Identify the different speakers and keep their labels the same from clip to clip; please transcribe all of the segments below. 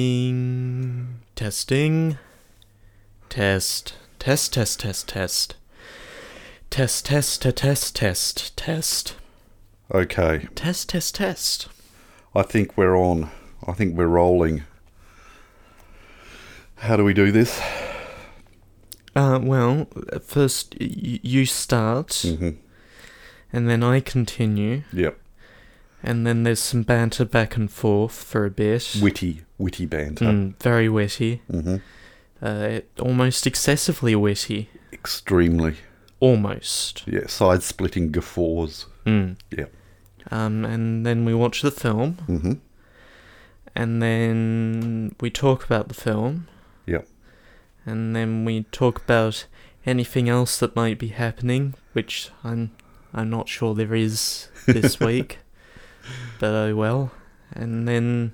Speaker 1: Testing. Testing. Test. Test, test, test, test. Test, test, test, test, test, test.
Speaker 2: Okay,
Speaker 1: Test, test, test.
Speaker 2: I think we're on. I think we're rolling. How do we do this?
Speaker 1: Uh, well, first y- y- you start,
Speaker 2: hmm
Speaker 1: and then I continue,
Speaker 2: Yep,
Speaker 1: and then there's some banter back and forth for a bit.
Speaker 2: witty, witty banter.
Speaker 1: Mm, very witty.
Speaker 2: hmm
Speaker 1: Uh, almost excessively witty.
Speaker 2: Extremely,
Speaker 1: Almost.
Speaker 2: yeah. Side-splitting guffaws.
Speaker 1: Mm.
Speaker 2: Yeah.
Speaker 1: Um, and then we watch the film.
Speaker 2: hmm
Speaker 1: and then we talk about the film.
Speaker 2: Yep.
Speaker 1: And then we talk about anything else that might be happening, which I'm I'm not sure there is this week. But oh well. And then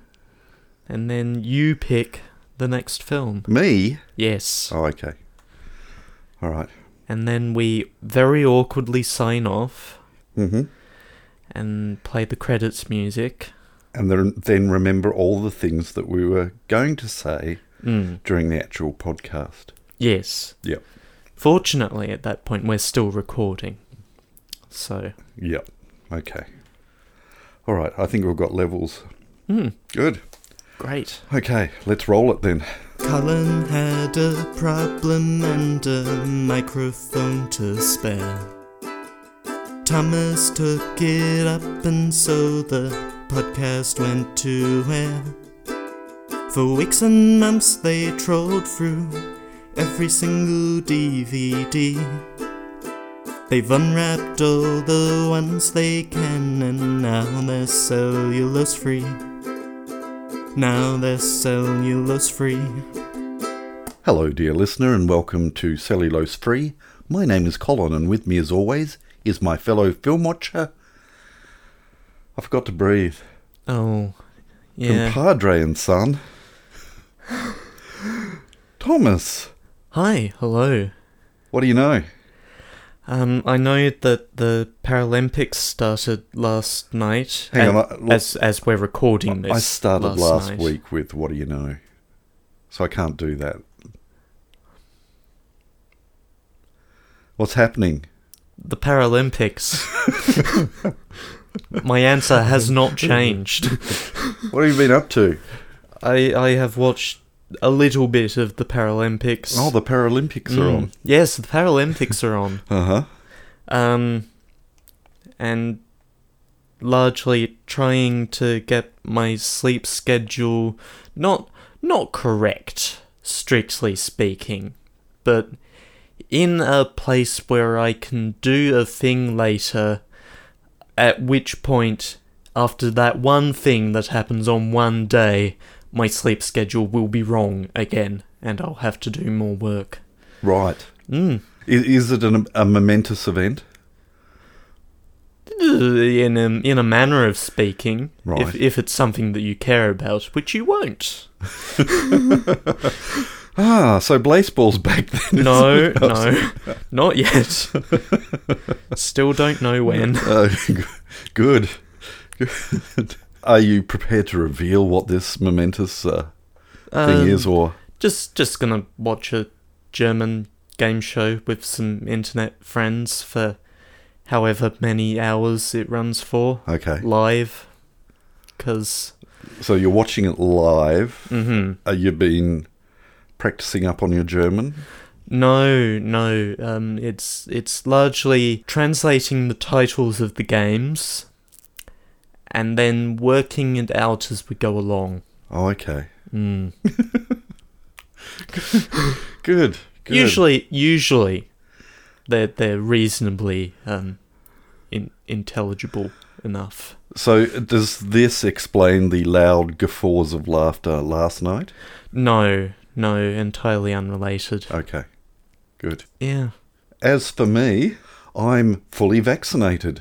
Speaker 1: and then you pick the next film.
Speaker 2: Me?
Speaker 1: Yes.
Speaker 2: Oh, okay. All right.
Speaker 1: And then we very awkwardly sign off
Speaker 2: Mm-hmm.
Speaker 1: and play the credits music.
Speaker 2: And then, then remember all the things that we were going to say
Speaker 1: Mm.
Speaker 2: during the actual podcast.
Speaker 1: Yes.
Speaker 2: Yep.
Speaker 1: Fortunately, at that point, we're still recording. So,
Speaker 2: Yep. Okay. All right. I think we've got levels.
Speaker 1: hmm,
Speaker 2: Good.
Speaker 1: great.
Speaker 2: Okay. Let's roll it then.
Speaker 3: Cullen had a problem and a microphone to spare. Thomas took it up, and so the podcast went to air. For weeks and months, they trolled through every single DVD. They've unwrapped all the ones they can, and now they're cellulose free. Now they're cellulose free.
Speaker 2: Hello, dear listener, and welcome to Cellulose Free. My name is Colin, and with me, as always, is my fellow film watcher. I forgot to breathe.
Speaker 1: Oh, yeah.
Speaker 2: Compadre and son. Thomas,
Speaker 1: Hi, hello.
Speaker 2: what do you know?
Speaker 1: Um, I know that the Paralympics started last night.
Speaker 2: Hang
Speaker 1: a-
Speaker 2: on, I-
Speaker 1: as as we're recording this,
Speaker 2: I started
Speaker 1: last,
Speaker 2: last,
Speaker 1: night.
Speaker 2: week with what do you know? So I can't do that. What's happening?
Speaker 1: The Paralympics. My answer has not changed.
Speaker 2: What have you been up to?
Speaker 1: I I have watched a little bit of the Paralympics.
Speaker 2: Oh, the Paralympics are
Speaker 1: Mm.
Speaker 2: on.
Speaker 1: Yes, the Paralympics are on.
Speaker 2: Uh huh.
Speaker 1: um, and largely trying to get my sleep schedule not not correct, strictly speaking, but in a place where I can do a thing later. At which point, after that one thing that happens on one day, my sleep schedule will be wrong again, and I'll have to do more work.
Speaker 2: Right.
Speaker 1: Mm.
Speaker 2: Is, is it an, a momentous event?
Speaker 1: in a, in a manner of speaking, if,
Speaker 2: Right.
Speaker 1: if it's something that you care about, which you won't.
Speaker 2: Ah, so Blazeball's back then.
Speaker 1: No, no, not yet. Still don't know when.
Speaker 2: Uh, good. Good. Are you prepared to reveal what this momentous uh, thing
Speaker 1: Um,
Speaker 2: is, or
Speaker 1: Just just gonna watch a German game show with some internet friends for however many hours it runs for
Speaker 2: okay?
Speaker 1: live. Cause
Speaker 2: So you're watching it live.
Speaker 1: mm-hmm.
Speaker 2: Are you been practicing up on your German?
Speaker 1: No, no. Um, it's it's largely translating the titles of the games, and then working it out as we go along.
Speaker 2: Oh, okay.
Speaker 1: Mm.
Speaker 2: Good. Good.
Speaker 1: Usually, usually, they're they're reasonably um, in, intelligible enough.
Speaker 2: So does this explain the loud guffaws of laughter last night?
Speaker 1: No, no, entirely unrelated.
Speaker 2: Okay. Good.
Speaker 1: Yeah,
Speaker 2: As for me, I'm fully vaccinated.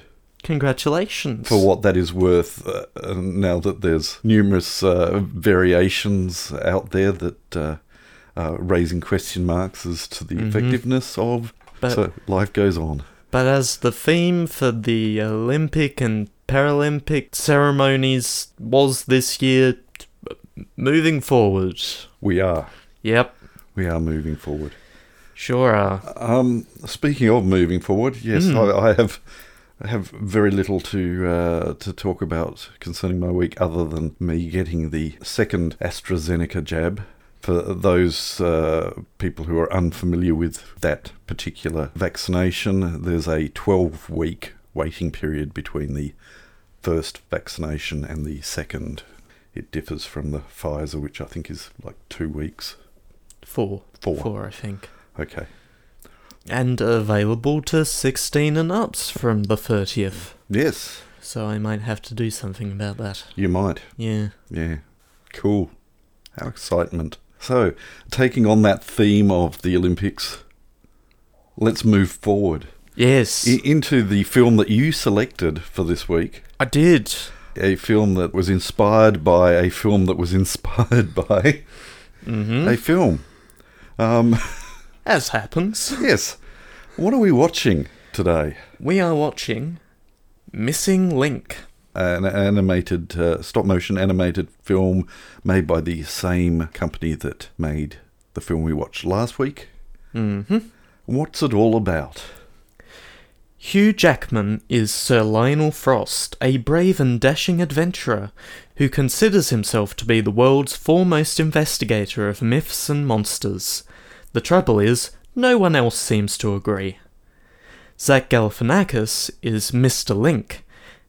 Speaker 1: congratulations.
Speaker 2: for what that is worth uh, uh, now that there's numerous uh, variations out there that uh, uh, raising question marks as to the
Speaker 1: Mhm.
Speaker 2: effectiveness of
Speaker 1: But-
Speaker 2: so life goes on
Speaker 1: But as the theme for the Olympic and Paralympic ceremonies was this year, moving forward.
Speaker 2: We are.
Speaker 1: Yep,
Speaker 2: We are moving forward.
Speaker 1: sure uh, are.
Speaker 2: Um, speaking of moving forward, yes, I, I have I have very little to uh, to talk about concerning my week, other than me getting the second AstraZeneca jab. For those uh, people who are unfamiliar with that particular vaccination, there's a 12 week waiting period between the first vaccination and the second. It differs from the Pfizer, which I think is like two weeks.
Speaker 1: Four.
Speaker 2: Four.
Speaker 1: Four, I think.
Speaker 2: Okay.
Speaker 1: And available to 16 and ups from the 30th.
Speaker 2: Yes,
Speaker 1: So I might have to do something about that.
Speaker 2: you might.
Speaker 1: Yeah.
Speaker 2: Yeah, cool. How excitement. So, taking on that theme of the Olympics, let's move forward
Speaker 1: Yes.
Speaker 2: I- into the film that you selected for this week.
Speaker 1: I did.
Speaker 2: A film that was inspired by a film that was inspired by
Speaker 1: Mm-hmm.
Speaker 2: a film. Um,
Speaker 1: As happens,
Speaker 2: yes. What are we watching today?
Speaker 1: we are watching Missing Link.
Speaker 2: An animated, uh, stop motion animated film made by the same company that made the film we watched last week.
Speaker 1: Mm-hmm.
Speaker 2: What's it all about?
Speaker 1: Hugh Jackman is Sir Lionel Frost, a brave and dashing adventurer who considers himself to be the world's foremost investigator of myths and monsters. The trouble is, no one else seems to agree. Zach Galifianakis is Mr. Link.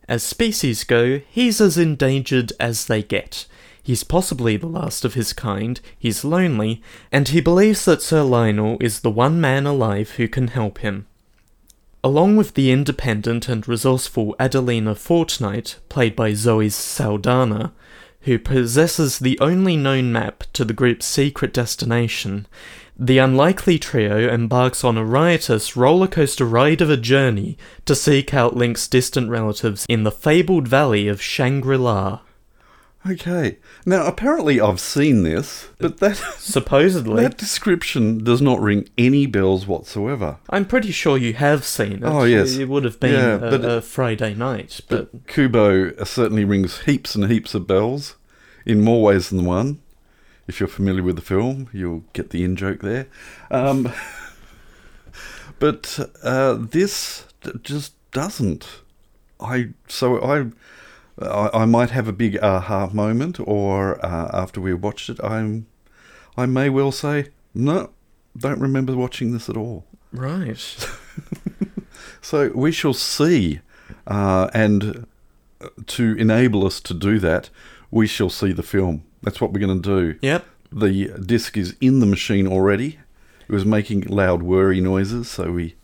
Speaker 1: As species go, he's as endangered as they get. He's possibly the last of his kind, he's lonely, and he believes that Sir Lionel is the one man alive who can help him. Along with the independent and resourceful Adelina Fortnight, played by Zoe Saldana, who possesses the only known map to the group's secret destination, the unlikely trio embarks on a riotous rollercoaster ride of a journey to seek out Link's distant relatives in the fabled valley of Shangri La.
Speaker 2: Okay. Now, apparently, I've seen this, but that
Speaker 1: Supposedly.
Speaker 2: that description does not ring any bells whatsoever.
Speaker 1: I'm pretty sure you have seen it.
Speaker 2: Oh, yes.
Speaker 1: It would have been
Speaker 2: Yeah,
Speaker 1: a,
Speaker 2: but-
Speaker 1: a Friday night, but.
Speaker 2: But Kubo uh, certainly rings heaps and heaps of bells, in more ways than one. If you're familiar with the film, you'll get the in joke there. Um, but uh, this d- just doesn't. I so I. I, I might have a big aha moment, or uh, after we watched it, I'm, I may well say no, don't remember watching this at all.
Speaker 1: Right.
Speaker 2: So we shall see, uh, and to enable us to do that, we shall see the film. That's what we're going to do.
Speaker 1: Yep.
Speaker 2: The disc is in the machine already. It was making loud whirry noises, so we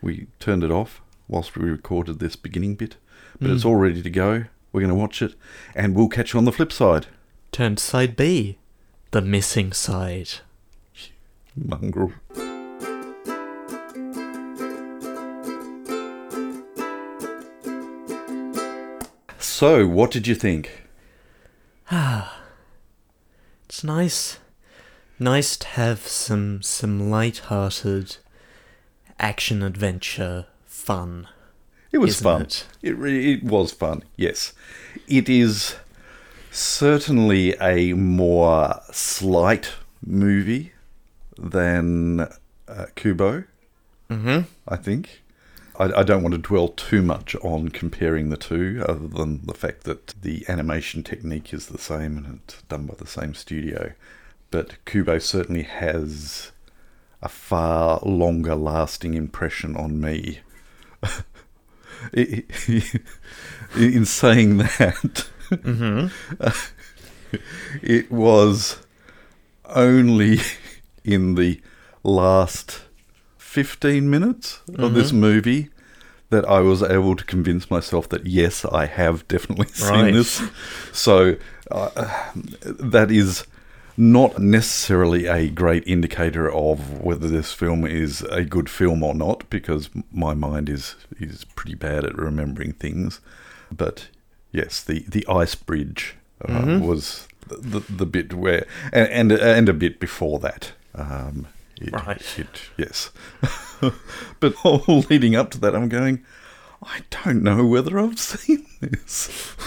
Speaker 2: we turned it off whilst we recorded this beginning bit. But it's all ready to go. We're going to watch it, and we'll catch you on the flip side.
Speaker 1: Turn to side B, the missing side.
Speaker 2: Mongrel. So, what did you think?
Speaker 1: It's nice, nice to have some some light-hearted action adventure fun.
Speaker 2: It was
Speaker 1: Isn't
Speaker 2: fun.
Speaker 1: it?
Speaker 2: It? re- it was fun. Yes, it is certainly a more slight movie than uh, Kubo.
Speaker 1: Mhm.
Speaker 2: I think. I, I don't want to dwell too much on comparing the two, other than the fact that the animation technique is the same and it's done by the same studio. But Kubo certainly has a far longer lasting impression on me. I- I- In saying that,
Speaker 1: mm-hmm.
Speaker 2: it was only in the last 15 minutes of this movie that I was able to convince myself that yes, I have definitely seen
Speaker 1: Right.
Speaker 2: this. So uh, that is not necessarily a great indicator of whether this film is a good film or not because my mind is is pretty bad at remembering things. But yes, the the ice bridge uh, was the, the bit where and, and and a bit before that. Um, it,
Speaker 1: Right.
Speaker 2: It, yes. but all leading up to that, I'm going. I don't know whether I've seen this.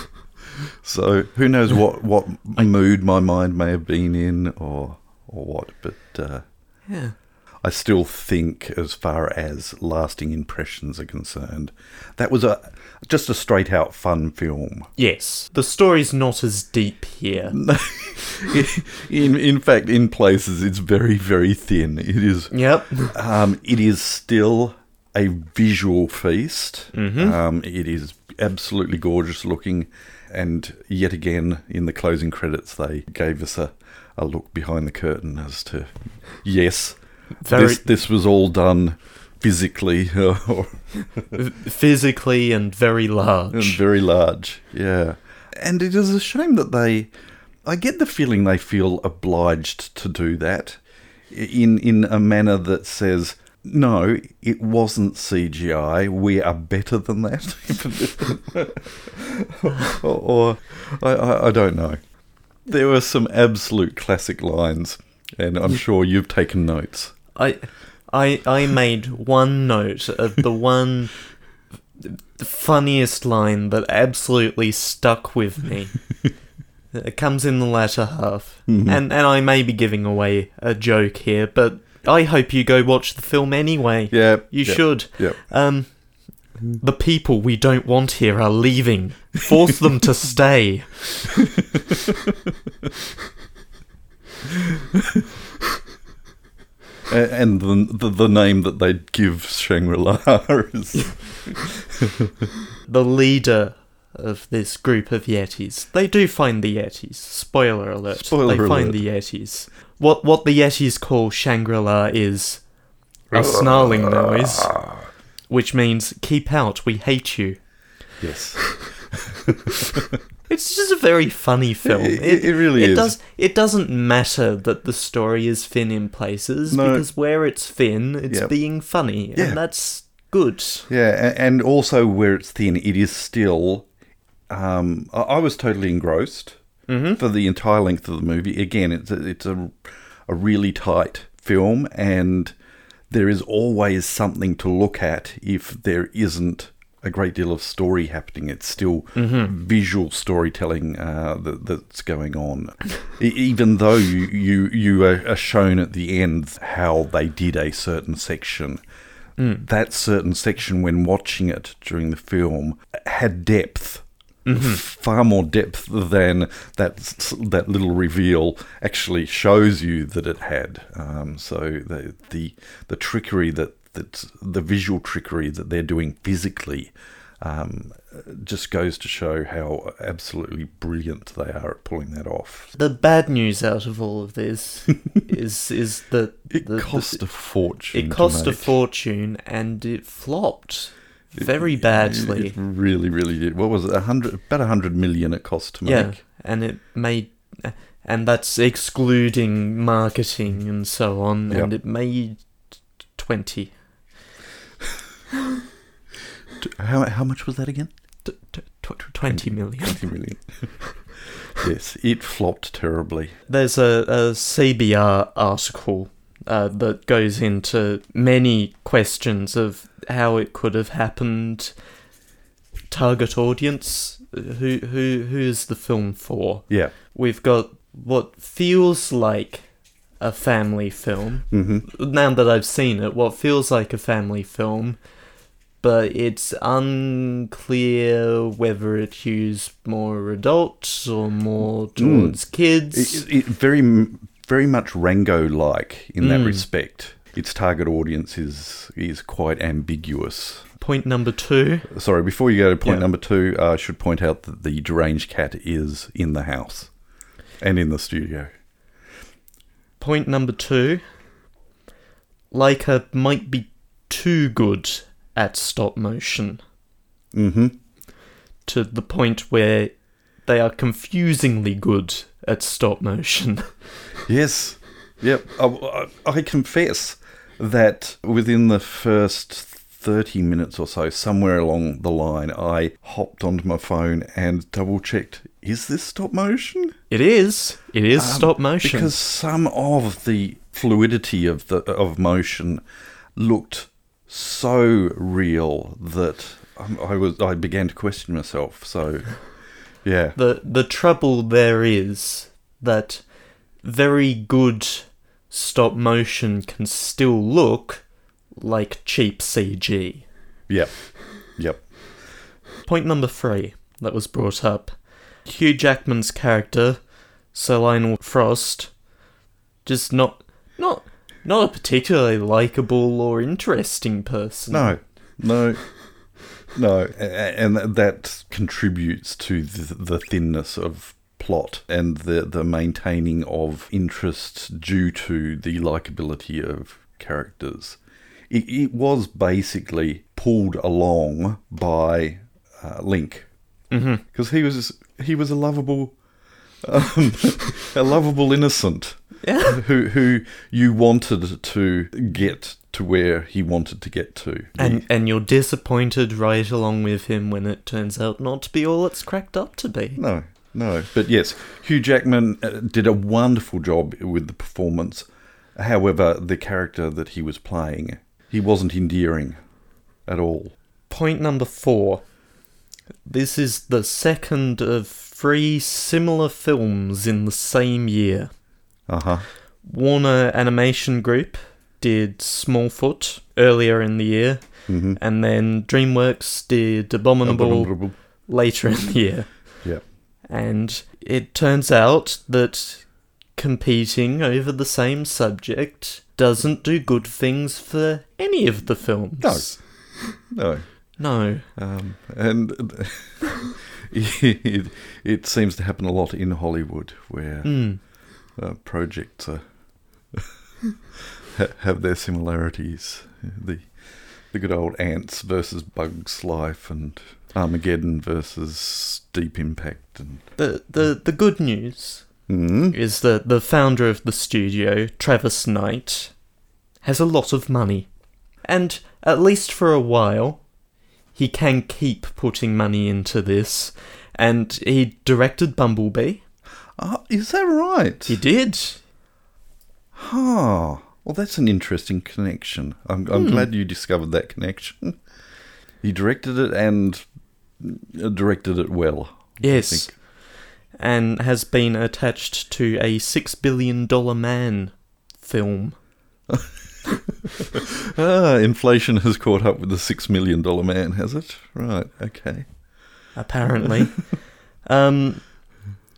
Speaker 2: So who knows what what mood my mind may have been in or or what, but uh,
Speaker 1: Yeah.
Speaker 2: I still think, as far as lasting impressions are concerned, that was a just a straight out fun film.
Speaker 1: Yes. The story's not as deep here.
Speaker 2: in in fact, in places it's very very thin. It is
Speaker 1: Yep.
Speaker 2: um, it is still a visual feast. Um, it is absolutely gorgeous looking, and yet again in the closing credits they gave us a, a look behind the curtain as to yes,
Speaker 1: Very
Speaker 2: this this was all done physically or
Speaker 1: physically and very large.
Speaker 2: and very large. Yeah, and it is a shame that they. I get the feeling they feel obliged to do that, in in a manner that says. No, it wasn't CGI. We are better than that. or or I, I, I don't know. There were some absolute classic lines, and I'm sure you've taken notes.
Speaker 1: I, I, I made one note of the one, the funniest line that absolutely stuck with me. It comes in the latter half,
Speaker 2: Hmm.
Speaker 1: and and I may be giving away a joke here, but I hope you go watch the film anyway.
Speaker 2: Yeah.
Speaker 1: you
Speaker 2: yeah,
Speaker 1: should.
Speaker 2: Yeah.
Speaker 1: Um, the people we don't want here are leaving. Force them to stay.
Speaker 2: A- And the, the, the name that they give Shangri La is
Speaker 1: the leader of this group of Yetis. They do find the Yetis. Spoiler alert.
Speaker 2: Spoiler
Speaker 1: they find
Speaker 2: alert.
Speaker 1: the Yetis. What what the Yetis call Shangri-La is
Speaker 2: Uh.
Speaker 1: a snarling noise,
Speaker 2: Ah.
Speaker 1: which means keep out, we hate you.
Speaker 2: Yes.
Speaker 1: It's just a very funny film.
Speaker 2: It- it- it really
Speaker 1: is.
Speaker 2: is.
Speaker 1: Does, it doesn't matter that the story is thin in places
Speaker 2: No.
Speaker 1: because where it's thin, it's
Speaker 2: Yep.
Speaker 1: being funny,
Speaker 2: Yeah.
Speaker 1: and that's good.
Speaker 2: Yeah, a- and also where it's thin, it is still. Um, I I was totally engrossed for the entire length of the movie. Again, it's a, it's a a really tight film, and there is always something to look at if there isn't a great deal of story happening. It's still visual storytelling uh, that, that's going on, E- even though you you you are are shown at the end how they did a certain section
Speaker 1: Mm.
Speaker 2: that certain section when watching it during the film had depth.
Speaker 1: Mm-hmm.
Speaker 2: Far more depth than that s- that little reveal actually shows you that it had. Um, so the the the trickery that that the visual trickery that they're doing physically um, just goes to show how absolutely brilliant they are at pulling that off.
Speaker 1: The bad news out of all of this is is that
Speaker 2: It
Speaker 1: the,
Speaker 2: cost a fortune.
Speaker 1: It
Speaker 2: to
Speaker 1: cost a
Speaker 2: make.
Speaker 1: fortune and it flopped very
Speaker 2: It
Speaker 1: badly.
Speaker 2: really, really did. What was it? A hundred, about a hundred million it cost to make.
Speaker 1: yeah, and it made, and that's excluding marketing and so on,
Speaker 2: Yeah.
Speaker 1: and it made 20.
Speaker 2: T- How, how much was that again?
Speaker 1: T- t- tw- 20
Speaker 2: Mm.
Speaker 1: million.
Speaker 2: Twenty million. yes, it flopped terribly.
Speaker 1: There's a, a CBR article uh, that goes into many questions of how it could have happened, target audience, who who who is the film for?
Speaker 2: Yeah.
Speaker 1: we've got what feels like a family film.
Speaker 2: hmm
Speaker 1: Now that I've seen it, what feels like a family film, but it's unclear whether it hews more adults or more towards kids.
Speaker 2: It, it very, m- very much Rango-like in that
Speaker 1: Mm.
Speaker 2: respect. Its target audience is is quite ambiguous.
Speaker 1: Point number two.
Speaker 2: Sorry, before you go to point
Speaker 1: Yeah.
Speaker 2: number two, I should point out that the deranged cat is in the house and in the studio.
Speaker 1: Point number two. Leica might be too good at stop motion. Mm-hmm.
Speaker 2: hmm
Speaker 1: to the point where they are confusingly good at stop motion.
Speaker 2: Yes. Yep. I, I- I confess that within the first 30 minutes or so, somewhere along the line, I hopped onto my phone and double checked is this stop motion?
Speaker 1: It is. It is stop motion.
Speaker 2: Um, Because some of the fluidity of the of motion looked so real that I I was I began to question myself. So Yeah.
Speaker 1: The the trouble there is that very good stop motion can still look like cheap CG.
Speaker 2: Yep. Yep.
Speaker 1: Point number three that was brought up Hugh Jackman's character, Sir Lionel Frost, just not not not a particularly likable or interesting person.
Speaker 2: No. No. No, a- a- and that contributes to the the thinness of plot and the, the maintaining of interest due to the likability of characters. It, it was basically pulled along by uh, Link because he was he was a lovable, um, a lovable innocent
Speaker 1: Yeah.
Speaker 2: who who you wanted to get to where he wanted to get to.
Speaker 1: And and you're disappointed right along with him when it turns out not to be all it's cracked up to be.
Speaker 2: No, no. But yes, Hugh Jackman uh, did a wonderful job with the performance. However, the character that he was playing, he wasn't endearing at all.
Speaker 1: Point number four. This is the second of three similar films in the same year.
Speaker 2: Uh huh.
Speaker 1: Warner Animation Group did Smallfoot earlier in the year,
Speaker 2: Mm-hmm.
Speaker 1: and then DreamWorks did Abominable, later in the year.
Speaker 2: Yeah.
Speaker 1: And it turns out that competing over the same subject doesn't do good things for any of the films.
Speaker 2: No.
Speaker 1: No. No.
Speaker 2: Um, and it, it seems to happen a lot in Hollywood where
Speaker 1: Mm.
Speaker 2: uh, projects uh, ha- have their similarities. The the good old ants versus bugs life and Armageddon versus Deep Impact and
Speaker 1: The, the, the good news
Speaker 2: mm,
Speaker 1: is that the founder of the studio, Travis Knight, has a lot of money. And at least for a while, he can keep putting money into this. And he directed Bumblebee.
Speaker 2: Ah, is that right?
Speaker 1: He did.
Speaker 2: Ah, well, that's an interesting connection. I'm I'm glad you discovered that connection. He directed it and uh, directed it well.
Speaker 1: Yes. And has been attached to a $6 billion man film.
Speaker 2: Ah, inflation has caught up with the six million dollar man, has it? Right. Okay.
Speaker 1: apparently. um,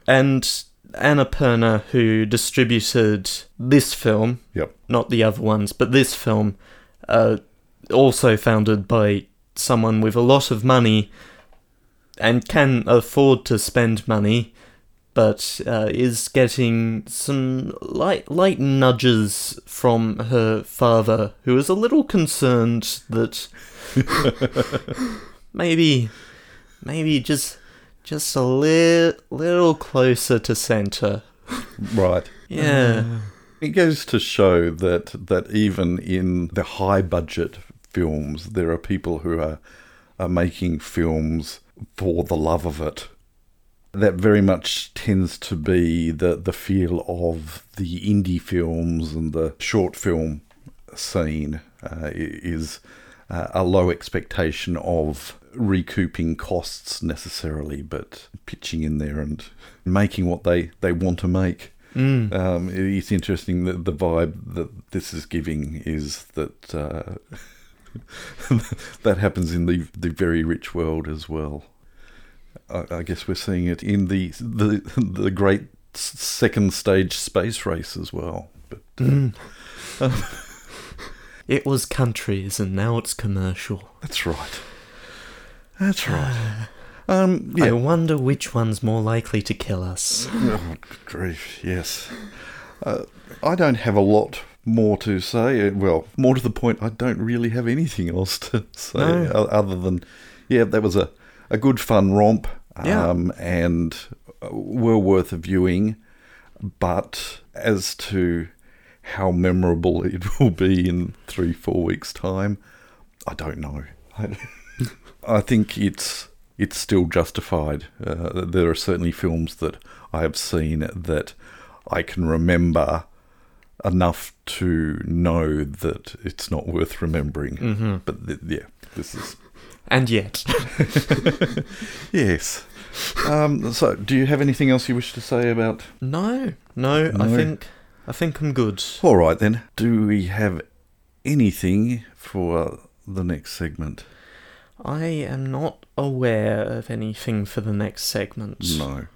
Speaker 1: and Anna Perna, who distributed this film,
Speaker 2: Yep.
Speaker 1: not the other ones, but this film, uh, also founded by someone with a lot of money and can afford to spend money, but uh, is getting some light, light nudges from her father, who is a little concerned that maybe maybe just just a li- little closer to center.
Speaker 2: Right.
Speaker 1: Yeah.
Speaker 2: It goes to show that that even in the high budget films, there are people who are are making films for the love of it. That very much tends to be the the feel of the indie films and the short film scene uh, i- is uh, a low expectation of recouping costs necessarily, but pitching in there and making what they, they want to make. Um, it- it's interesting that the vibe that this is giving is that uh, that happens in the the very rich world as well. I, I guess we're seeing it in the the the great s- second stage space race as well. But
Speaker 1: It was countries and now it's commercial.
Speaker 2: that's right. That's right. Um, yeah.
Speaker 1: I wonder which one's more likely to kill us.
Speaker 2: Oh, good grief, yes. Uh, I don't have a lot more to say. Uh, Well, more to the point, I don't really have anything else to say
Speaker 1: No.
Speaker 2: o- other than, yeah, that was a, a good fun romp
Speaker 1: Yeah.
Speaker 2: um, and uh, well worth a viewing. But as to how memorable it will be in three, four weeks' time, I don't know. I- I think it's it's still justified. Uh, there are certainly films that I have seen that I can remember enough to know that it's not worth remembering. But th- yeah, this is
Speaker 1: And yet.
Speaker 2: yes. Um, so, do you have anything else you wish to say about?
Speaker 1: No, no, I
Speaker 2: No.
Speaker 1: think I think I'm good.
Speaker 2: All right then. Do we have anything for the next segment?
Speaker 1: I am not aware of anything for the next segment.
Speaker 2: No.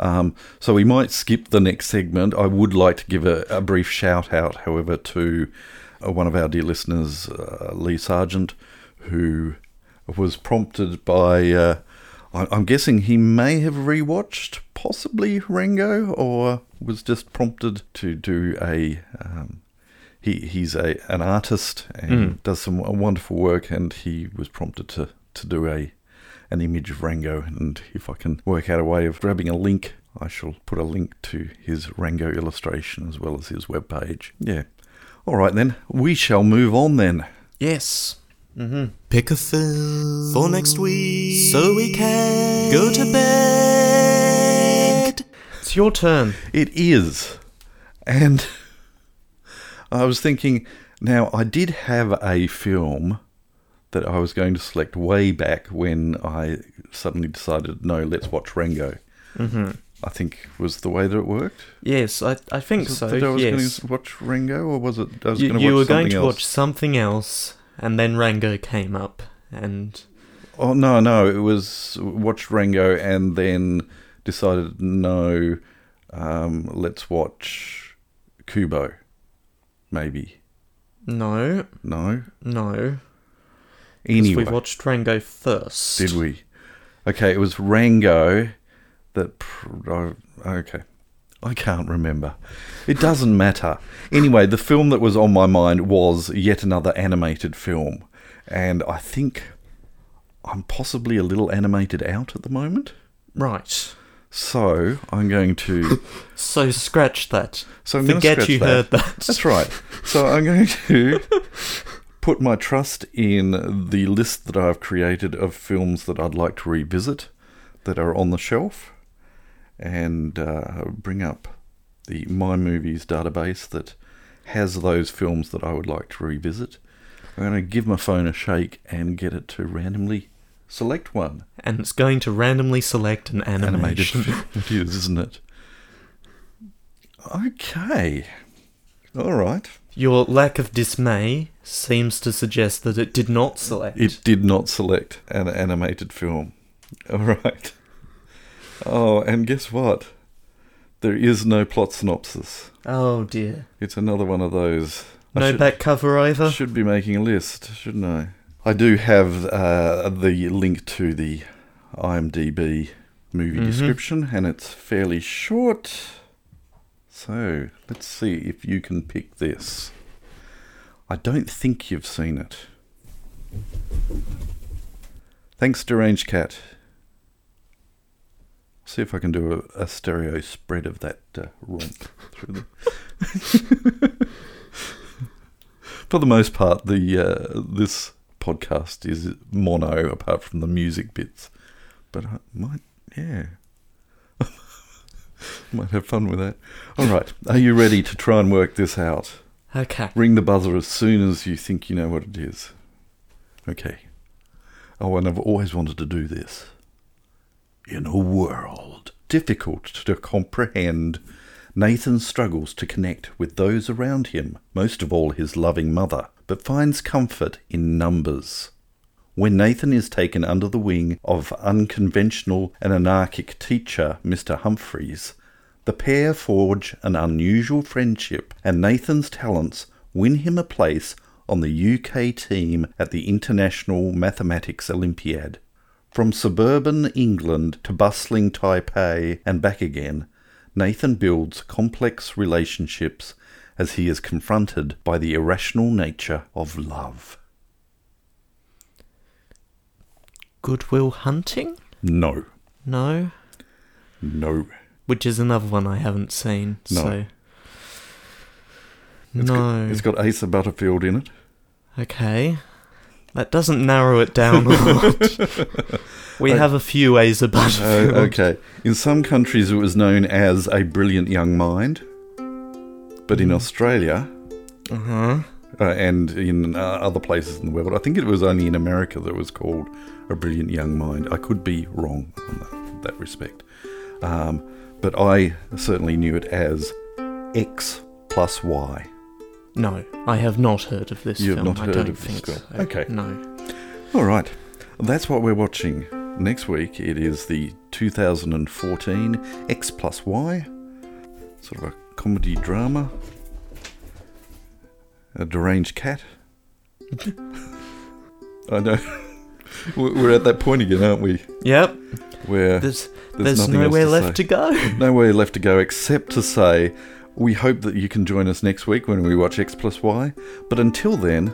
Speaker 2: Um, so we might skip the next segment. I would like to give a, a brief shout out, however, to uh, one of our dear listeners, uh, Lee Sargent, who was prompted by. Uh, I- I'm guessing he may have rewatched possibly Rango, or was just prompted to do a. Um, he he's a an artist and
Speaker 1: Mm.
Speaker 2: does some wonderful work, and he was prompted to to do a an image of Rango, and if I can work out a way of grabbing a link, I shall put a link to his Rango illustration as well as his webpage. Yeah. All right then, we shall move on then.
Speaker 1: Yes. Mm-hmm.
Speaker 3: Pick a film for next week so we can go to bed.
Speaker 1: It's your turn.
Speaker 2: It is. And I was thinking, now I did have a film that I was going to select way back when I suddenly decided, no, let's watch Rango.
Speaker 1: hmm
Speaker 2: I think was the way that it worked.
Speaker 1: Yes, I I think
Speaker 2: Was it
Speaker 1: so.
Speaker 2: that I was
Speaker 1: yes.
Speaker 2: going to watch Rango, or was it I was
Speaker 1: You,
Speaker 2: going to watch
Speaker 1: you were
Speaker 2: something
Speaker 1: going to
Speaker 2: else?
Speaker 1: watch something else, and then Rango came up, and
Speaker 2: Oh no, no, it was watch Rango and then decided no, um, let's watch Kubo, maybe
Speaker 1: no,
Speaker 2: no.
Speaker 1: no. 'cause
Speaker 2: Anyway,
Speaker 1: we watched Rango first.
Speaker 2: did we? Okay, it was Rango that. Pr- oh, okay, I can't remember. It doesn't matter. Anyway, the film that was on my mind was yet another animated film, and I think I'm possibly a little animated out at the moment.
Speaker 1: Right.
Speaker 2: So I'm going to.
Speaker 1: So scratch that.
Speaker 2: So I'm gonna
Speaker 1: Forget
Speaker 2: scratch
Speaker 1: you
Speaker 2: that.
Speaker 1: heard that.
Speaker 2: That's right. So I'm going to put my trust in the list that I've created of films that I'd like to revisit that are on the shelf, and uh, bring up the My Movies database that has those films that I would like to revisit. I'm going to give my phone a shake and get it to randomly select one.
Speaker 1: And it's going to randomly select an
Speaker 2: animated
Speaker 1: animation.
Speaker 2: film it is, isn't it? Okay. All right.
Speaker 1: Your lack of dismay seems to suggest that it did not select.
Speaker 2: It did not select an animated film. All right. Oh, and guess what? There is no plot synopsis.
Speaker 1: Oh dear.
Speaker 2: It's another one of those. I
Speaker 1: No
Speaker 2: should-
Speaker 1: back cover either.
Speaker 2: Should be making a list, shouldn't I? I do have uh, the link to the IMDb movie
Speaker 1: Mhm.
Speaker 2: description, and it's fairly short. So let's see if you can pick this. I don't think you've seen it. Thanks, Deranged Cat. See if I can do a, a stereo spread of that uh, romp through the for the most part, the uh, this podcast is mono, apart from the music bits. But I might, yeah, might have fun with that. All right, are you ready to try and work this out?
Speaker 1: Okay.
Speaker 2: Ring the buzzer as soon as you think you know what it is. Okay. Oh, and I've always wanted to do this. In a world difficult to comprehend, Nathan struggles to connect with those around him, most of all his loving mother, but finds comfort in numbers. When Nathan is taken under the wing of unconventional and anarchic teacher Mr. Humphreys, the pair forge an unusual friendship, and Nathan's talents win him a place on the UK team at the International Mathematics Olympiad. From suburban England to bustling Taipei and back again, Nathan builds complex relationships as he is confronted by the irrational nature of love.
Speaker 1: Goodwill Hunting?
Speaker 2: No.
Speaker 1: No.
Speaker 2: No.
Speaker 1: Which is another one I haven't seen.
Speaker 2: No.
Speaker 1: So.
Speaker 2: It's
Speaker 1: no.
Speaker 2: Got, it's got Asa Butterfield in it.
Speaker 1: Okay. That doesn't narrow it down a lot. we
Speaker 2: I-
Speaker 1: have a few ways about
Speaker 2: Oh,
Speaker 1: it.
Speaker 2: okay. In some countries, it was known as A Brilliant Young Mind. But in Australia
Speaker 1: Uh huh.
Speaker 2: uh, and in uh, other places in the world, I think it was only in America that it was called A Brilliant Young Mind. I could be wrong on that. that respect. Um, but I certainly knew it as X plus Y.
Speaker 1: No, I have not heard of this
Speaker 2: You have
Speaker 1: film.
Speaker 2: not
Speaker 1: I
Speaker 2: heard
Speaker 1: don't
Speaker 2: of this
Speaker 1: think
Speaker 2: film.
Speaker 1: so.
Speaker 2: Okay.
Speaker 1: No.
Speaker 2: All right, that's what we're watching. Next week it is the 2014 X plus Y, sort of a comedy drama. A deranged cat. I know. We're we're at that point again, aren't we?
Speaker 1: Yep.
Speaker 2: Where
Speaker 1: There's
Speaker 2: there's
Speaker 1: there's,
Speaker 2: nothing else
Speaker 1: nowhere
Speaker 2: to
Speaker 1: left
Speaker 2: say.
Speaker 1: to go.
Speaker 2: nowhere left to go except to say we hope that you can join us next week when we watch X plus Y. But until then,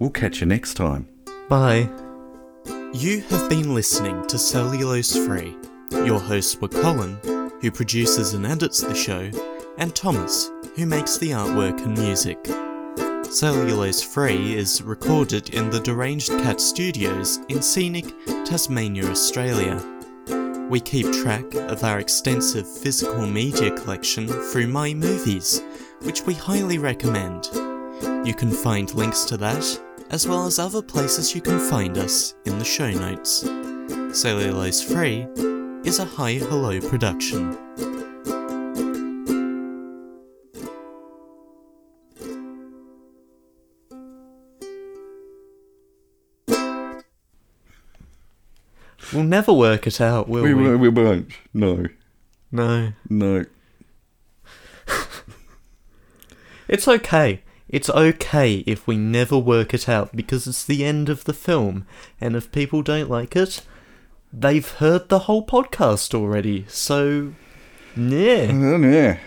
Speaker 2: we'll catch you next time.
Speaker 1: Bye.
Speaker 3: You have been listening to Cellulose Free. Your hosts were Colin, who produces and edits the show, and Thomas, who makes the artwork and music. Cellulose Free is recorded in the Deranged Cat Studios in scenic Tasmania, Australia. We keep track of our extensive physical media collection through My Movies, which we highly recommend. You can find links to that, as well as other places you can find us, in the show notes. Cellulose Free is a Hi Hello production.
Speaker 1: We'll never work it out, will
Speaker 2: We,
Speaker 1: we?
Speaker 2: we, we won't. No.
Speaker 1: No.
Speaker 2: No.
Speaker 1: It's okay. It's okay if we never work it out because it's the end of the film, and if people don't like it, they've heard the whole podcast already. So, yeah.
Speaker 2: And then, yeah,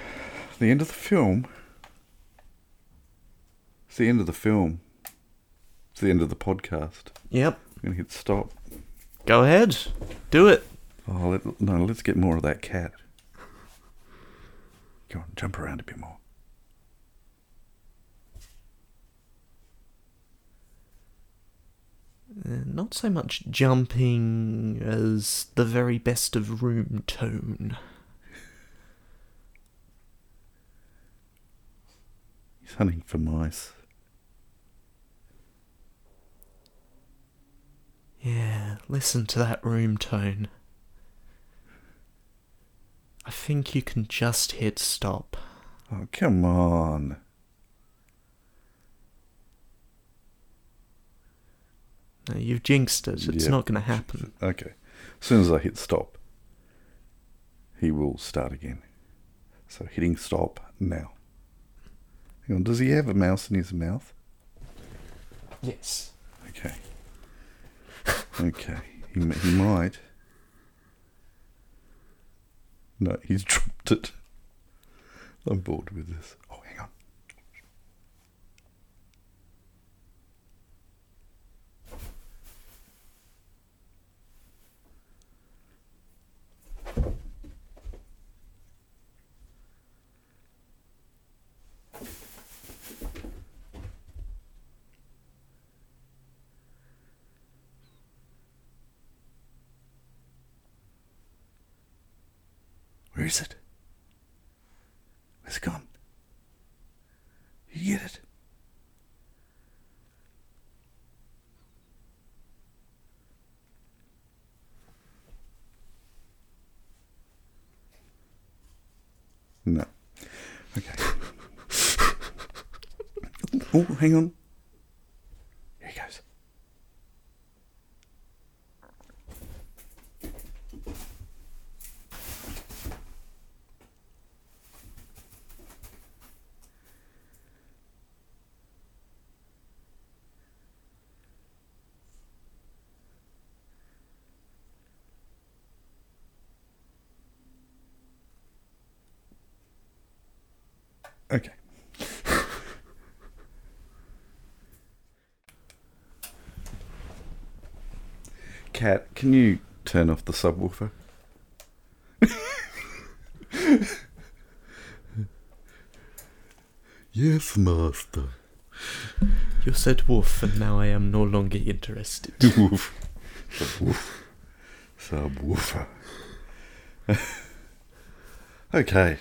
Speaker 2: the end of the film. It's the end of the film. It's the end of the podcast.
Speaker 1: Yep.
Speaker 2: I'm gonna hit stop.
Speaker 1: Go ahead. Do it.
Speaker 2: Oh let, no, let's get more of that cat. Go on, jump around a bit more.
Speaker 1: Uh, not so much jumping as the very best of room tone.
Speaker 2: He's hunting for mice.
Speaker 1: Yeah, listen to that room tone. I think you can just hit stop.
Speaker 2: Oh come on.
Speaker 1: No, you've jinxed it. It's
Speaker 2: Yeah.
Speaker 1: not going to happen.
Speaker 2: Okay. As soon as I hit stop, he will start again. So hitting stop now. Hang on, does he have a mouse in his mouth?
Speaker 1: Yes.
Speaker 2: Okay. Okay. He, m- he might. No, he's dropped it. I'm bored with this. Oh, hang on. Where is it? Where's it gone? You get it? No. Okay. oh, hang on. Here he goes. Okay. Cat, can you turn off the subwoofer? yes, master.
Speaker 1: You said wolf, and now I am no longer interested.
Speaker 2: Woof. Subwoof. Subwoofer. okay.